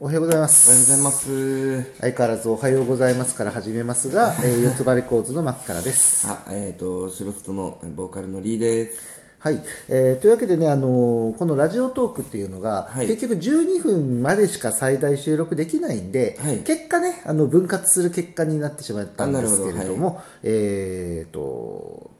おはようございまおはようごす。ざいます。相変わらずおはようございますから始めますが、えー、四つ葉レコーズの松からです。あ、えっ、と、シロフトのボーカルのリーです。はい、えーというわけでね、あのーこのラジオトークっていうのが、はい結局12分までしか最大収録できないんで、はい結果ね、あの分割する結果になってしまったんですけれどあなるほも、えーと、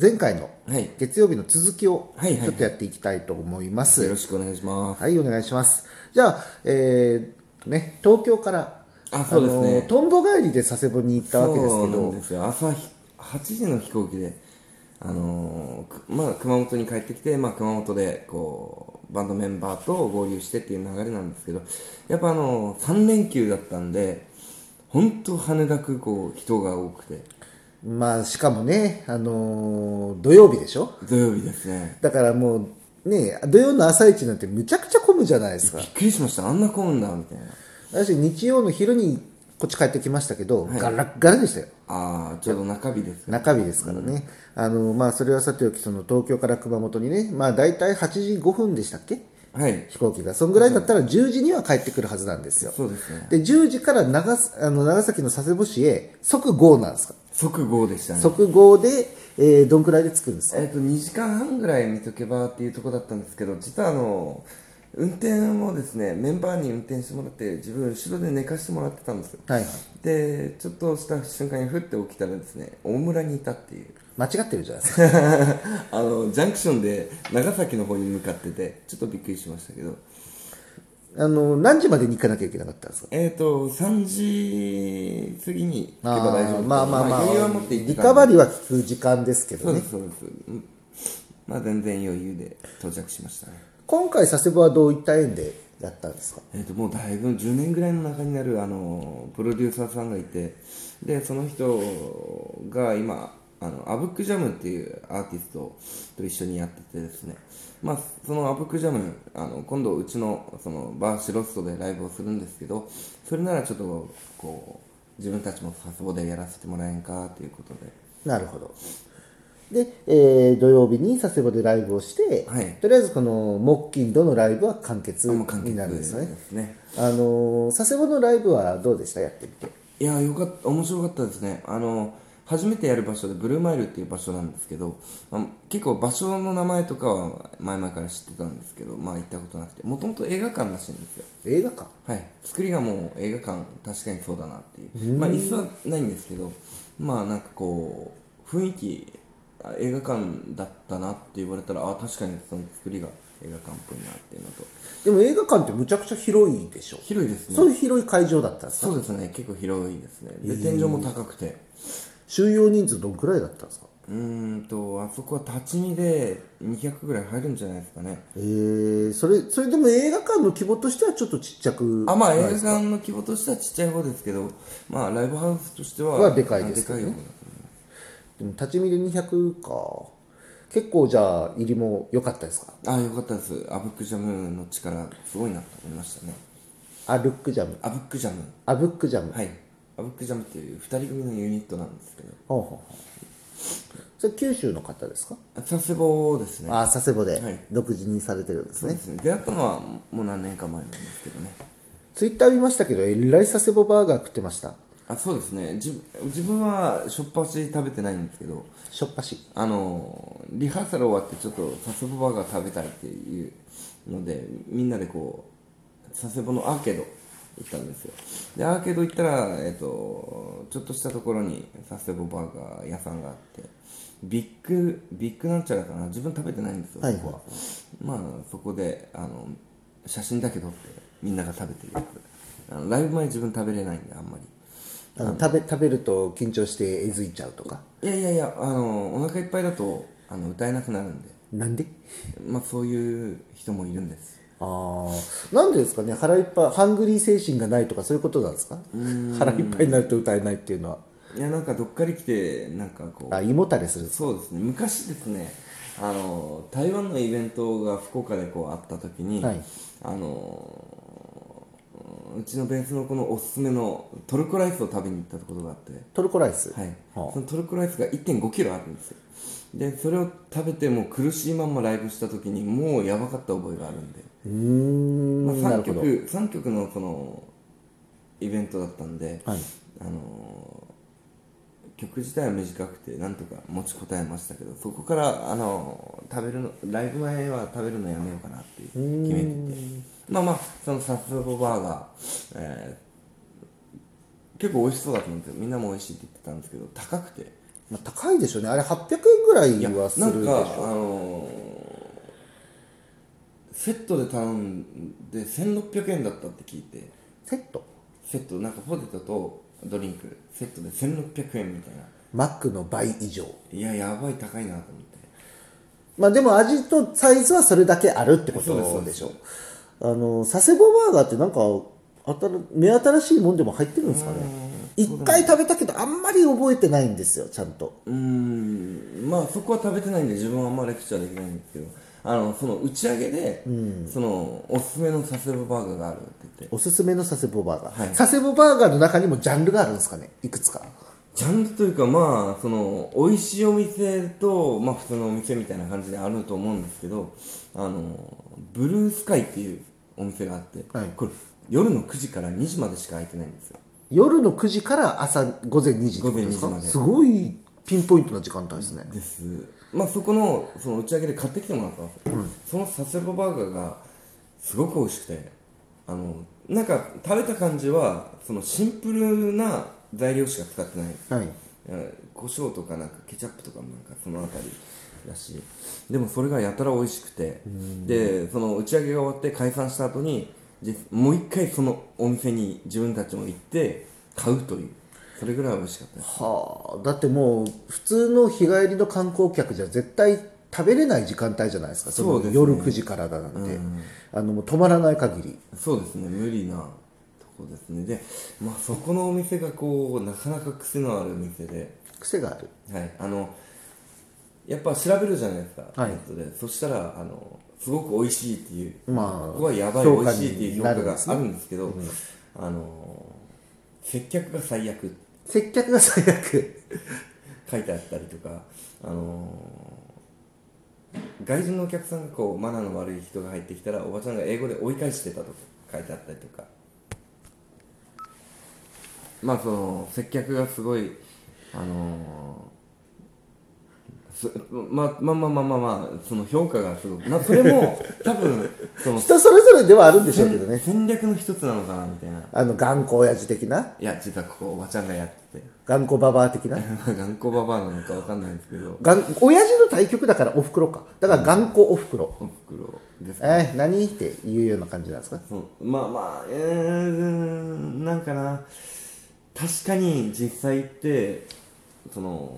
前回のはい月曜日の続きをはいはいはいちょっとやっていきたいと思います。よろしくお願いします。はい、お願いします。じゃあ、えーね、東京から、あそうですねあのトンボ帰りで佐世保に行ったわけですそけうなんど、ですよ。朝ひ8時の飛行機で、あのーくまあ、熊本に帰ってきて、まあ、熊本で、こう、バンドメンバーと合流してっていう流れなんですけど、やっぱあのー、3連休だったんで、本当羽田空港、人が多くて、まあ、しかもね、あのー土曜日でしょ土曜日ですね。だからもう、ね、土曜の朝一なんてむちゃくちゃ混むじゃないですかび。っくりしました。あんな混んだ、みたいな。私、日曜の昼にこっち帰ってきましたけど、ガラッガラでしたよ。ああ、ちょうど中日ですね。中日ですからね。あの、まあ、それはさておき、その東京から熊本にね、まあ、大体8時5分でしたっけはい。飛行機が。そんぐらいだったら10時には帰ってくるはずなんですよ。そうですね。で10時から長すあの長崎の佐世保市へ即合なんですか、即合でしたね。即合で、えーどんくらいで着くんですかえっと2時間半ぐらい見とけばっていうところだったんですけど実はあの運転をですねメンバーに運転してもらって自分後ろで寝かしてもらってたんですよはいはいでちょっとした瞬間にふって起きたらですね大村にいたっていう 間違ってるじゃないですかあのジャンクションで長崎の方に向かっててちょっとびっくりしましたけどあの何時までに行かなきゃいけなかったんですかえっ、と3時過ぎに行けばあ大丈夫ーまあまあまあ、余裕は持って行ってリたカんでバリーは聞く時間ですけそどうねですそうです、うんまあ全然余裕で到着しましたね今回佐世保はどういった縁でやったんですかえー、ともうだいぶ10年ぐらいの中になるあのプロデューサーさんがいてでその人が今あのアブックジャムっていうアーティストと一緒にやっててですね、まあ、そのアブックジャムあの今度うちのそのバーシロストでライブをするんですけどそれならちょっとこう自分たちもサスボでやらせてもらえんかということでなるほどで、えー土曜日に佐世保でライブをして、はいとりあえずこの木金土のライブは完結あもう完結になるんですよねですねあのー佐世保のライブはどうでしたやってみていやよかった面白かったですねあの初めてやる場所でブルーマイルっていう場所なんですけど、まあ結構場所の名前とかは前々から知ってたんですけどまあ行ったことなくてもともと映画館らしいんですよ映画館はい作りがもう映画館確かにそうだなっていうまあ椅子はないんですけどまあなんかこう雰囲気あ映画館だったなって言われたらあ確かにその作りが映画館っぽいなっていうのとでも映画館ってむちゃくちゃ広いでしょ、広いですねそういう広い会場だったんですかそうですね結構広いですねで天井も高くて収容人数どんくらいだったんですかうーんとあそこは立ち見で200ぐらい入るんじゃないですかねえー、それそれでも映画館の規模としてはちょっとちっちゃくあまあ映画館の規模としてはちっちゃい方ですけどまあライブハウスとしてははでかいですけけどど、ねね、でも立ち見で200か結構じゃあ入りも良かったですかああよかったですアブックジャムの力すごいなと思いましたねあルックジャムアブックジャムあブックジャム、はいアブックジャムっていう2人組のユニットなんですけどほうほうほうそれ九州の方ですか佐世保ですねあ佐世保ではい独自にされてるんですそうね、ですね出会ったのはもう何年か前なんですけどねツイッター見ましたけどえらい佐世保バーガー食ってましたあそうですねじ自分はしょっぱし食べてないんですけどしょっぱしあのリハーサル終わってちょっと佐世保バーガー食べたいっていうのでみんなでこう佐世保のアーケード行ったんですよでアーケード行ったら、えっとちょっとしたところに佐世保バーガー屋さんがあってビッグビッグなんちゃらかな自分食べてないんですよ、はいそこはまあそこであの写真だけ撮ってみんなが食べてるやつあのライブ前自分食べれないんであんまりあの食べ食べると緊張してえずいちゃうとかいやいやいやあのお腹いっぱいだとあの歌えなくなるんでなんでまあそういう人もいるんですああなんでですかね腹いっぱいハングリー精神がないとかそういうことなんですか腹いっぱいになると歌えないっていうのはいやなんかどっから来てなんかこあう胃もたれするんですそうですね昔ですねあの台湾のイベントが福岡でこうあった時に、はいあのうちのベースの子のおすすめのトルコライスを食べに行ったことがあってトルコライスはい、はあそのトルコライスが1 5キロあるんですよでそれを食べてもう苦しいまんまライブした時にもうやばかった覚えがあるんで、うーん、まあ、な3るほどはい曲三曲のそのイベントだったんで、あのー曲自体は短くてなんとか持ちこたえましたけどそこから、あのー食べるのライブ前は食べるのやめようかなって決めててまあまあそのサスボバーガー、えー結構美味しそうだったんですよみんなも美味しいって言ってたんですけど高くてまあ、高いでしょうねあれ800円ぐらいやいはすなるでんしかあょのーセットで頼んで1600円だったって聞いてセットセットなんかポテトとドリンクセットで1600円みたいなマックの倍以上いややばい高いなと思ってまあでも味とサイズはそれだけあるってこそうですそとうででしすょあの佐世保バーガーってなんかあたら目新しいもんでも入ってるんですかね一回食べたけどあんまり覚えてないんですよちゃんとうーんまあそこは食べてないんで自分はあんまレクチャーできないんですけどあのその打ち上げで、そのおすすめの佐世保バーガーがあるって言っておすすめの佐世保バーガー、はい佐世保バーガーの中にもジャンルがあるんですかねいくつかジャンルというかまあその美味しいお店とまあ普通のお店みたいな感じであると思うんですけどあのブルースカイっていうお店があって、はいこれ夜の9時から2時までしか開いてないんですよ夜の9時から朝午前2時ってことです午か前2時まですごいピンポイントな時間帯ですね、ですまあそこのその打ち上げで買ってきてもらったんですよ、その佐世保バーガーがすごく美味しくてあのなんか食べた感じはそのシンプルな材料しか使ってないはいえー胡椒とかなんかケチャップとかもなんかそのあたりだしでもそれがやたら美味しくてでその打ち上げが終わって解散した後にじもう一回そのお店に自分たちも行って買うというそれぐらい美味しかったですはあだってもう普通の日帰りの観光客じゃ絶対食べれない時間帯じゃないですかそうですねの夜9時からだなんて、あのもう止まらない限りそうですね無理なとこですねで、まあ、そこのお店がこうなかなか癖のある店で、癖があるはい、あのやっぱ調べるじゃないですか、はいネットでそしたらあのすごく美味しいっていう、まあここはやばい評美価味しいっていうに評な価るんがですねあるんですけど、あの接客が最悪接客が最悪書いてあったりとかあの外人のお客さんがこうマナーの悪い人が入ってきたらおばちゃんが英語で追い返してたとか書いてあったりとかまあその接客がすごいあのすままあまあまあまあまあその評価がすごいなそれも多分 その人それぞれではあるんでしょうけどね戦略の一つなのかなみたいなあの頑固親父的ないや実はここおばちゃんがやってて 頑固ババア的な頑固ババアなのかわかんないんですけど頑親父の対局だからおふくろかだから頑固おふくろ、お袋ですかえー何っていうような感じなんですかそうまあまあえー、なんかな確かに実際ってその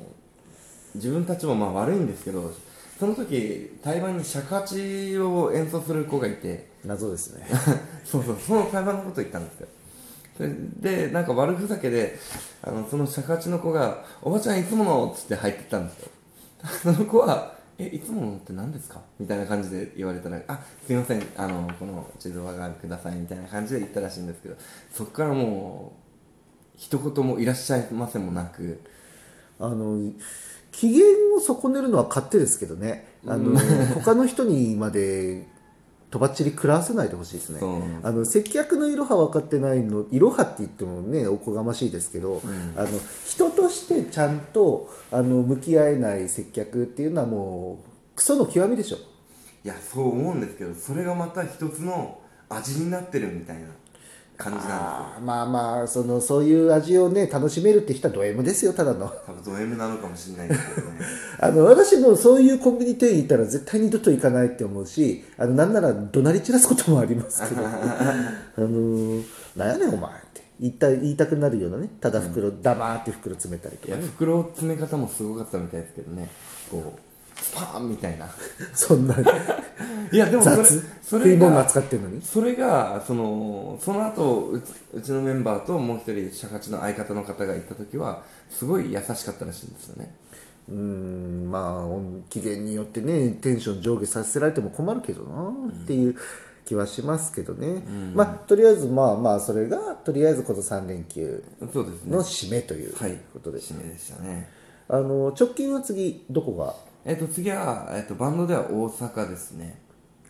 自分たちもまあ悪いんですけどその時台湾に尺八を演奏する子がいて謎ですね そうそう、その裁判のこと言ったんですよ。それで、なんか悪ふざけで、あの、その尺八の子が、おばちゃんいつものっつって入ってったんですよ。 その子は、え、いつものって何ですかみたいな感じで言われたら、あ、すいません、あの、この地図バーガーくださいみたいな感じで言ったらしいんですけど、そこからもう、一言もいらっしゃいませもなく、 あの機嫌を損ねるのは勝手ですけどねあ の他の人にまでとばっちり食らわせないでほしいですねそうあの接客のいろは分かってないのいろはって言ってもねおこがましいですけど、あの人としてちゃんとあの向き合えない接客っていうのはもうクソの極みでしょいや、そう思うんですけど、それがまた一つの味になってるみたいな感じなんですよ。あーまあまあそのそういう味をね楽しめるって人はド M ですよただの。 多分ド M なのかもしれないですけどね。あの私もそういうコンビニ店員いたら絶対二度と行かないって思うしあのなんなら怒鳴り散らすこともあります けどあのーなんやねんお前って言った言いたくなるようなねただ袋、黙って袋詰めたりといかや袋を詰め方もすごかったみたいですけどねこうスパーンみたいなそんないやでもそれ雑そ食いれ物が扱ってるのにそれがそのその後うちうちのメンバーともう一人尺八の相方の方が行った時はすごい優しかったらしいんですよねうーんまあ期限によってねテンション上下させられても困るけどなっていう気はしますけどね、まあとりあえずまあまあそれがとりあえずこの3連休そうですねの締めというはいことです締めでしたねあの直近は次どこがえっと、次は、えっと、バンドでは大阪ですね。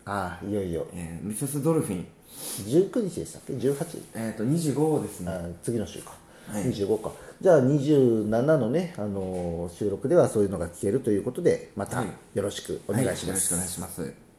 ああいよいよえー、ミセスドルフィン。 19日でしたっけ18えっと、25ですね。あ次の週か、はい25かじゃあ27のね、あのー収録ではそういうのが聞けるということでまたはいよろしくお願いします、はよろしくお願いします。